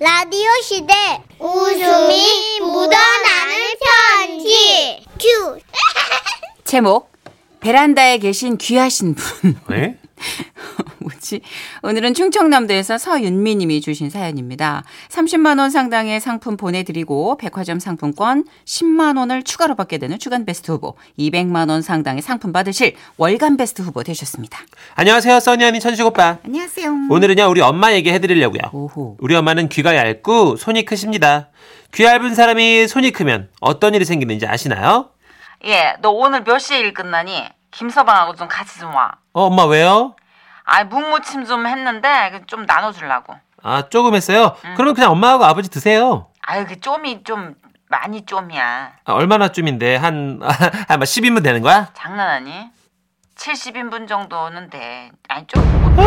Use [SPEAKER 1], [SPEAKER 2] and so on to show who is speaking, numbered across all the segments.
[SPEAKER 1] 라디오 시대 웃음이 묻어나는 편지 큐
[SPEAKER 2] 제목 베란다에 계신 귀하신 분
[SPEAKER 3] 네?
[SPEAKER 2] 뭐지? 오늘은 충청남도에서 서윤미님이 주신 사연입니다. 30만 원 상당의 상품 보내드리고 백화점 상품권 10만 원을 추가로 받게 되는 주간 베스트 후보 200만 원 상당의 상품 받으실 월간 베스트 후보 되셨습니다.
[SPEAKER 3] 안녕하세요, 써니 언니 천식 오빠.
[SPEAKER 2] 안녕하세요.
[SPEAKER 3] 오늘은요, 우리 엄마 얘기 해드리려고요.
[SPEAKER 2] 오호.
[SPEAKER 3] 우리 엄마는 귀가 얇고 손이 크십니다. 귀 얇은 사람이 손이 크면 어떤 일이 생기는지 아시나요?
[SPEAKER 2] 예, 너 오늘 몇 시에 일 끝나니? 김서방하고 좀 같이 좀 와.
[SPEAKER 3] 어, 엄마 왜요?
[SPEAKER 2] 아, 묵무침 좀 했는데 좀 나눠주려고.
[SPEAKER 3] 아, 조금 했어요. 그럼 그냥 엄마하고 아버지 드세요.
[SPEAKER 2] 아유, 그 좀이 좀 많이 좀이야.
[SPEAKER 3] 아, 얼마나쯤인데 한, 한 10인분 되는 거야?
[SPEAKER 2] 장난하니? 70인분 정도는 돼. 아니 좀 뭐,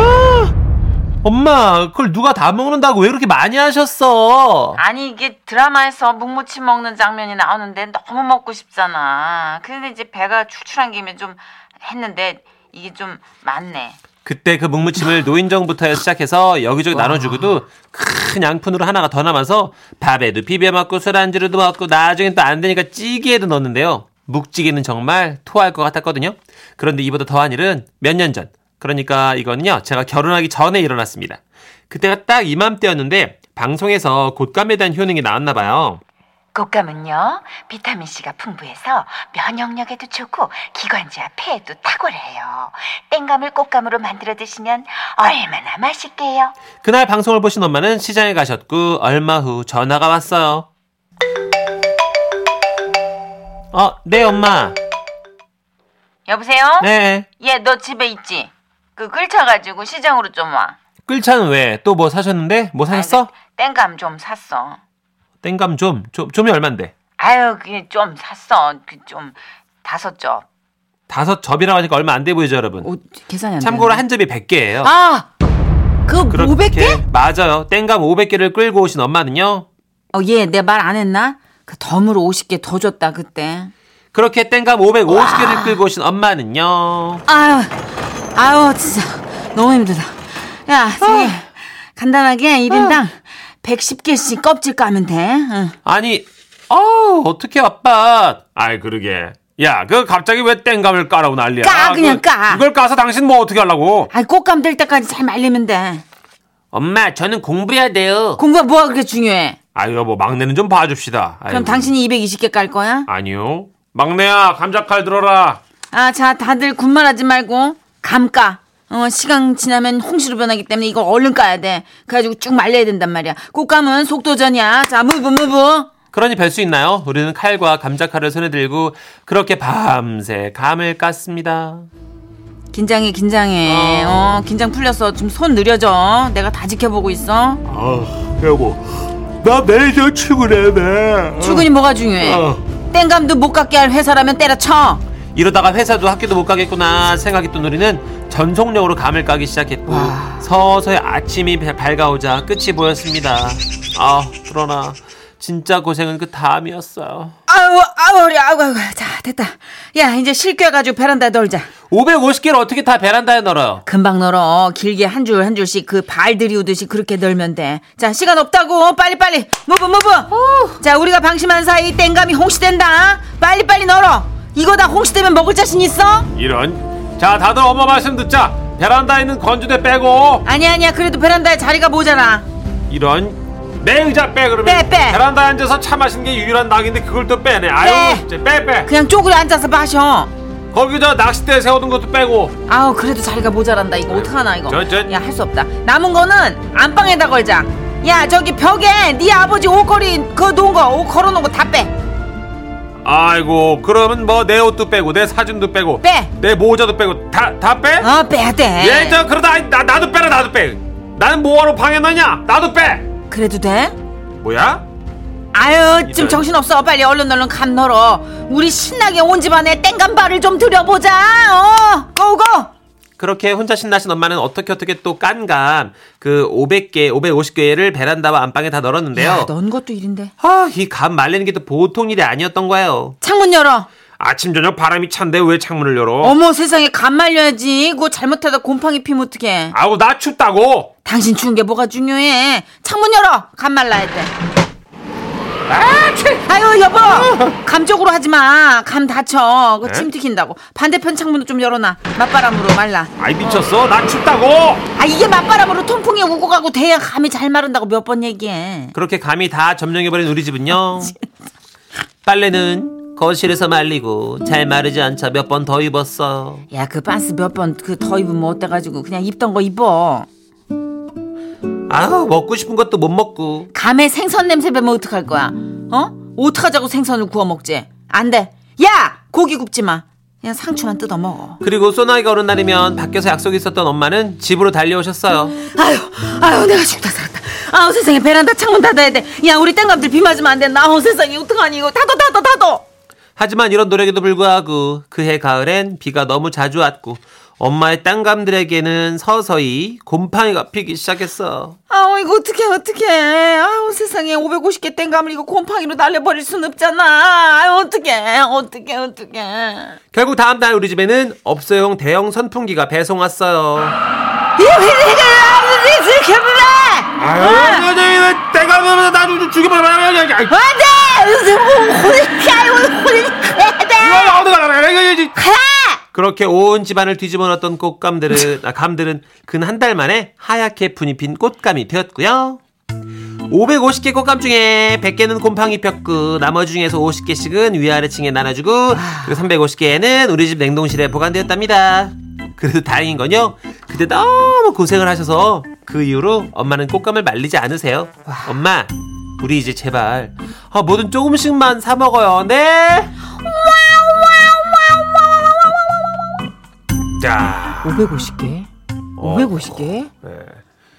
[SPEAKER 3] 엄마, 그걸 누가 다 먹는다고 왜 그렇게 많이 하셨어?
[SPEAKER 2] 아니 이게 드라마에서 묵무침 먹는 장면이 나오는데 너무 먹고 싶잖아. 근데 이제 배가 출출한 김에 좀 했는데 이게 좀 많네.
[SPEAKER 3] 그때 그 묵무침을 노인정부터 시작해서 여기저기 나눠주고도 큰 양푼으로 하나가 더 남아서 밥에도 비벼 먹고 술안주로도 먹고 나중엔 또 안 되니까 찌개에도 넣었는데요. 묵찌개는 정말 토할 것 같았거든요. 그런데 이보다 더한 일은 몇 년 전. 그러니까 이거는요. 제가 결혼하기 전에 일어났습니다. 그때가 딱 이맘때였는데 방송에서 곶감에 대한 효능이 나왔나 봐요.
[SPEAKER 4] 곶감은요 비타민 C가 풍부해서 면역력에도 좋고 기관지와 폐에도 탁월해요. 땡감을 꽃감으로 만들어 드시면 얼마나 맛있게요.
[SPEAKER 3] 그날 방송을 보신 엄마는 시장에 가셨고 얼마 후 전화가 왔어요. 어, 네 엄마.
[SPEAKER 2] 여보세요?
[SPEAKER 3] 네.
[SPEAKER 2] 예, 너 집에 있지? 그 끌쳐가지고 시장으로 좀 와.
[SPEAKER 3] 끌차는 왜? 또 뭐 사셨는데? 뭐 사셨어?
[SPEAKER 2] 아니, 네. 그 땡감 좀 샀어.
[SPEAKER 3] 땡감 좀. 좀 좀이 얼만데?
[SPEAKER 2] 아유, 그게 좀 샀어. 그 좀 다섯 접.
[SPEAKER 3] 다섯 접이라고 하니까 얼마 안 돼 보이죠, 여러분?
[SPEAKER 2] 계산이 안
[SPEAKER 3] 참고로 한 접이 100개예요.
[SPEAKER 2] 아! 그거
[SPEAKER 3] 맞아요. 땡감 500개를 끌고 오신 엄마는요.
[SPEAKER 2] 어, 예, 내 말 안 했나? 그 덤으로 50개 더 줬다, 그때.
[SPEAKER 3] 그렇게 땡감 550개를 끌고 오신 엄마는요.
[SPEAKER 2] 아유, 아유, 진짜. 너무 힘들다. 야, 승희. 간단하게 1인당 110개씩 껍질 까면 돼. 응.
[SPEAKER 3] 아니, 어우, 어떻게 아빠. 아이, 그러게. 야, 그 갑자기 왜 땡감을 까라고 난리야?
[SPEAKER 2] 까, 그냥
[SPEAKER 3] 그-
[SPEAKER 2] 까.
[SPEAKER 3] 이걸 까서 당신 뭐 어떻게 하려고?
[SPEAKER 2] 아이, 꽃감 될 때까지 잘 말리면 돼.
[SPEAKER 3] 엄마, 저는 공부해야 돼요.
[SPEAKER 2] 공부가 뭐가 그렇게 중요해?
[SPEAKER 3] 아유, 여보, 막내는 좀 봐줍시다.
[SPEAKER 2] 그럼
[SPEAKER 3] 아이고.
[SPEAKER 2] 당신이 220개 깔 거야?
[SPEAKER 3] 아니요. 막내야, 감자칼 들어라.
[SPEAKER 2] 아, 자, 다들 군말하지 말고 감 까. 어, 시간 지나면 홍시로 변하기 때문에 이걸 얼른 까야 돼. 그래가지고 쭉 말려야 된단 말이야. 꽃감은 속도전이야. 자, 무브, 무브.
[SPEAKER 3] 그러니 별 수 있나요? 우리는 칼과 감자칼을 손에 들고 그렇게 밤새 감을 깠습니다.
[SPEAKER 2] 긴장해 긴장해 어, 긴장 풀렸어 좀 손 느려져 내가 다 지켜보고 있어
[SPEAKER 3] 아, 여보. 나 매일 저 출근해, 매.
[SPEAKER 2] 출근이 뭐가 중요해
[SPEAKER 3] 어.
[SPEAKER 2] 땡감도 못 갖게 할 회사라면 때려쳐
[SPEAKER 3] 이러다가 회사도 학교도 못 가겠구나 생각했던 우리는 전속력으로 감을 까기 시작했고 서서히 아침이 바- 밝아오자 끝이 보였습니다. 아, 그러나 진짜 고생은 그 다음이었어요.
[SPEAKER 2] 아우 아우 허리 아우 아우 자 됐다 야 이제 실껴가지고 베란다에 널자
[SPEAKER 3] 550개를 어떻게 다 베란다에 널어요?
[SPEAKER 2] 금방 널어 길게 한 줄 한 줄씩 그 발 들이우듯이 그렇게 널면 돼자 시간 없다고 빨리빨리 무브 무브 자 우리가 방심한 사이 땡감이 홍시된다 빨리빨리 널어 이거 다 홍시되면 먹을 자신 있어?
[SPEAKER 3] 이런. 자, 다들 엄마 말씀 듣자. 베란다에 있는 건조대 빼고
[SPEAKER 2] 아니야 아니야 그래도 베란다에 자리가 모자라
[SPEAKER 3] 이런. 내 의자 빼 그러면
[SPEAKER 2] 빼, 빼.
[SPEAKER 3] 베란다에 앉아서 차 마시는 게 유일한 낙인데 그걸 또 빼네 아유
[SPEAKER 2] 빼.
[SPEAKER 3] 이제 빼 빼.
[SPEAKER 2] 그냥 쪼그려 앉아서 마셔
[SPEAKER 3] 거기 저 낚싯대 세워둔 것도 빼고
[SPEAKER 2] 아우 그래도 자리가 모자란다 이거 어떡하나 이거
[SPEAKER 3] 저, 저.
[SPEAKER 2] 야 할 수 없다 남은 거는 안방에다 걸자 야 저기 벽에 네 아버지 옷걸이 그거 놓은 거옷 걸어놓은 거 다 빼 빼
[SPEAKER 3] 아이고 그러면 뭐 내 옷도 빼고 내 사진도 빼고
[SPEAKER 2] 빼.
[SPEAKER 3] 내 모자도 빼고 다 다 빼?
[SPEAKER 2] 어, 빼야 돼
[SPEAKER 3] 예, 저 그러다 아이, 나 나도 빼라 나도 빼. 나는 뭐하러 방에 넣냐? 나도 빼.
[SPEAKER 2] 그래도 돼?
[SPEAKER 3] 뭐야?
[SPEAKER 2] 아유
[SPEAKER 3] 이런.
[SPEAKER 2] 좀 정신없어 빨리 얼른 얼른 간 널어 우리 신나게 온 집안에 땡간발을 좀 들여보자 어 고고
[SPEAKER 3] 그렇게 혼자 신나신 엄마는 어떻게 어떻게 또 깐감 그 500개, 550개를 베란다와 안방에 다 널었는데요.
[SPEAKER 2] 넌 것도 일인데
[SPEAKER 3] 아, 이 감 말리는 게 또 보통 일이 아니었던 거예요.
[SPEAKER 2] 창문 열어
[SPEAKER 3] 아침 저녁 바람이 찬데 왜 창문을 열어?
[SPEAKER 2] 어머 세상에 간 말려야지. 그거 잘못하다 곰팡이 피면 어떡해.
[SPEAKER 3] 아우 나 춥다고.
[SPEAKER 2] 당신 추운 게 뭐가 중요해. 창문 열어. 간 말라야 돼. 아, 치! 아유 여보 감쪽으로 하지 마. 감 다쳐.
[SPEAKER 3] 에?
[SPEAKER 2] 그거 침 튀긴다고. 반대편 창문도 좀 열어놔. 맞바람으로 말라.
[SPEAKER 3] 아이 미쳤어. 나 춥다고.
[SPEAKER 2] 아 이게 맞바람으로 통풍이 오고 가고 돼야 감이 잘 마른다고 몇 번 얘기해.
[SPEAKER 3] 그렇게 감이 다 점령해버린 우리 집은요. 빨래는 거실에서 말리고 잘 마르지 않자 몇 번 더 입었어.
[SPEAKER 2] 야 그 반스 몇 번 그 더 입으면 어때가지고 그냥 입던 거 입어.
[SPEAKER 3] 아우 먹고 싶은 것도 못 먹고.
[SPEAKER 2] 감에 생선 냄새 배면 어떡할 거야? 어? 어떡하자고 생선을 구워 먹지? 안 돼. 야! 고기 굽지 마. 그냥 상추만 뜯어 먹어.
[SPEAKER 3] 그리고 소나기가 오는 날이면 밖에서 약속이 있었던 엄마는 집으로 달려오셨어요.
[SPEAKER 2] 아유, 아유, 내가 죽다 살았다. 아우, 세상에, 베란다 창문 닫아야 돼. 야, 우리 땡감들 비 맞으면 안 된다. 아우, 세상에, 어떡하니, 이거. 닫어, 닫어, 닫어!
[SPEAKER 3] 하지만 이런 노력에도 불구하고 그해 가을엔 비가 너무 자주 왔고 엄마의 땅감들에게는 서서히 곰팡이가 피기 시작했어.
[SPEAKER 2] 아우, 이거 어떡해, 어떡해. 아우, 세상에, 550개 땡감을 이거 곰팡이로 날려버릴 순 없잖아. 아유, 어떡해, 어떡해, 어떡해.
[SPEAKER 3] 결국 다음 날 우리 집에는 업소용 대형 선풍기가 배송 왔어요.
[SPEAKER 2] 네.
[SPEAKER 3] 아유, 선생님, 내가 보면 나좀 죽여버려. 그렇게 온 집안을 뒤집어 놨던 꽃감들은 아, 감들은 근 한 달 만에 하얗게 분이 핀 꽃감이 피었고요. 550개 꽃감 중에 100개는 곰팡이 폈고 나머지 중에서 50개씩은 위아래층에 나눠주고 그리고 350개는 우리 집 냉동실에 보관되었답니다. 그래도 다행인 건요. 그때 너무 고생을 하셔서 그 이후로 엄마는 꽃감을 말리지 않으세요. 엄마, 우리 이제 제발 아, 뭐든 조금씩만 사 먹어요. 네. 자,
[SPEAKER 2] 550개?
[SPEAKER 3] 어.
[SPEAKER 2] 550개?
[SPEAKER 3] 네.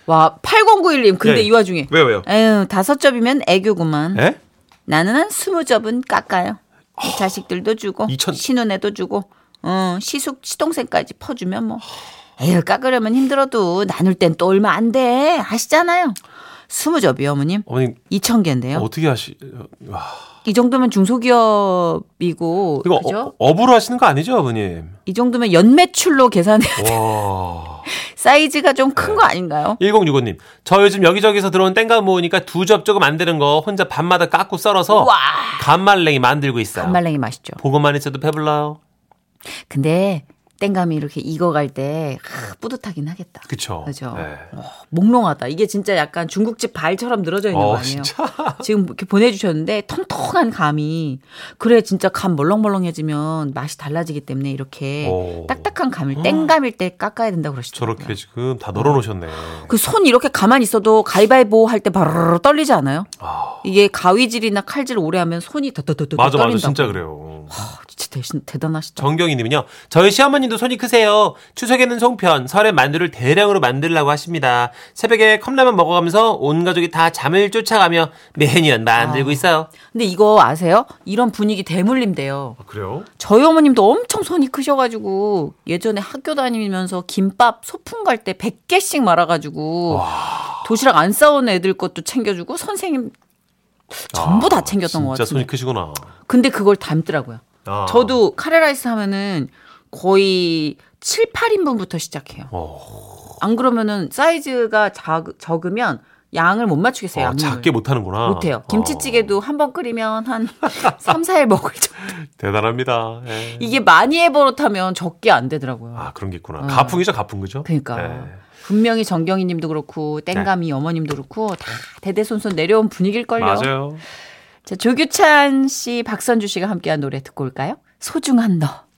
[SPEAKER 2] 와, 8091님, 근데
[SPEAKER 3] 예.
[SPEAKER 2] 이 와중에.
[SPEAKER 3] 왜요, 예? 왜요?
[SPEAKER 2] 에휴, 다섯 접이면 애교구만.
[SPEAKER 3] 에?
[SPEAKER 2] 나는 한 스무 접은 깎아요. 자식들도 주고,
[SPEAKER 3] 이천-
[SPEAKER 2] 신혼에도 주고, 어, 시숙, 시동생까지 퍼주면 뭐. 에휴, 깎으려면 힘들어도 나눌 땐 또 얼마 안 돼. 아시잖아요. 스무 접이요, 어머님.
[SPEAKER 3] 어머니
[SPEAKER 2] 이천 개인데요.
[SPEAKER 3] 어떻게 하시? 와.
[SPEAKER 2] 이 정도면 중소기업이고,
[SPEAKER 3] 이거
[SPEAKER 2] 그죠?
[SPEAKER 3] 어, 업으로 하시는 거 아니죠, 아버님?
[SPEAKER 2] 이 정도면 연매출로 계산해야 돼.
[SPEAKER 3] 와.
[SPEAKER 2] 사이즈가 좀 큰
[SPEAKER 3] 네.
[SPEAKER 2] 거 아닌가요?
[SPEAKER 3] 1065님, 저 요즘 여기저기서 들어온 땡감 모으니까 두 접 조금 안 되는 거 혼자 밤마다 깎고 썰어서
[SPEAKER 2] 와.
[SPEAKER 3] 간말랭이 만들고 있어요.
[SPEAKER 2] 단말랭이 맛있죠.
[SPEAKER 3] 보고만 있어도 배불러요.
[SPEAKER 2] 근데 땡감이 이렇게 익어갈 때 하, 뿌듯하긴 하겠다.
[SPEAKER 3] 그쵸.
[SPEAKER 2] 그죠.
[SPEAKER 3] 네.
[SPEAKER 2] 어, 몽롱하다. 이게 진짜 약간 중국집 발처럼 늘어져 있는 거
[SPEAKER 3] 어,
[SPEAKER 2] 아니에요?
[SPEAKER 3] 진짜.
[SPEAKER 2] 지금 이렇게 보내주셨는데 통통한 감이 그래 진짜 감 멀렁멀렁해지면 맛이 달라지기 때문에 이렇게
[SPEAKER 3] 오. 음.
[SPEAKER 2] 딱딱한 감을 땡감일 때 깎아야 된다고 그러시더라고요.
[SPEAKER 3] 저렇게 지금 다 널어놓으셨네.
[SPEAKER 2] 그 손 이렇게 가만히 있어도 가위바위보 할 때 바로 떨리지 않아요?
[SPEAKER 3] 아,
[SPEAKER 2] 이게 가위질이나 칼질 오래 하면 손이 더더더더
[SPEAKER 3] 맞아,
[SPEAKER 2] 떨린다고.
[SPEAKER 3] 맞아. 진짜 그래요.
[SPEAKER 2] 아, 진짜 대신 대단하시죠.
[SPEAKER 3] 정경희님은요, 저희 시어머님도 손이 크세요. 추석에는 송편, 설엔 만두를 대량으로 만들라고 하십니다. 새벽에 컵라면 먹어가면서 온 가족이 다 잠을 쫓아가며 매년 만들고
[SPEAKER 2] 아.
[SPEAKER 3] 있어요.
[SPEAKER 2] 근데 이거 아세요? 이런 분위기 대물림돼요.
[SPEAKER 3] 아, 그래요?
[SPEAKER 2] 저희 어머님도 엄청 손이 크셔가지고 예전에 학교 다니면서 김밥 소풍 갈 때 100개씩 말아가지고 도시락 안 싸온 애들 것도 챙겨주고 선생님 전부 다 챙겼던 것
[SPEAKER 3] 진짜
[SPEAKER 2] 같아요.
[SPEAKER 3] 손이 크시구나.
[SPEAKER 2] 근데 그걸 닮더라고요.
[SPEAKER 3] 아.
[SPEAKER 2] 저도 카레라이스 하면은 거의 7, 8인분부터 시작해요.
[SPEAKER 3] 어,
[SPEAKER 2] 안 그러면은 사이즈가 작, 적으면 양을 못 맞추겠어요.
[SPEAKER 3] 어,
[SPEAKER 2] 양념을.
[SPEAKER 3] 작게 못하는구나.
[SPEAKER 2] 못해요.
[SPEAKER 3] 어.
[SPEAKER 2] 김치찌개도 한 번 끓이면 한 3, 4일 먹을 정도.
[SPEAKER 3] 대단합니다. 예.
[SPEAKER 2] 이게 많이 해버릇하면 적게 안 되더라고요.
[SPEAKER 3] 아 그런 게 있구나.
[SPEAKER 2] 어.
[SPEAKER 3] 가풍이죠, 가풍 그죠?
[SPEAKER 2] 그러니까
[SPEAKER 3] 예.
[SPEAKER 2] 분명히 정경희님도 그렇고
[SPEAKER 3] 네.
[SPEAKER 2] 땡감이 어머님도 그렇고 다 대대손손 내려온 분위기일 걸요.
[SPEAKER 3] 맞아요.
[SPEAKER 2] 자 조규찬 씨, 박선주 씨가 함께한 노래 듣고 올까요? 소중한 너.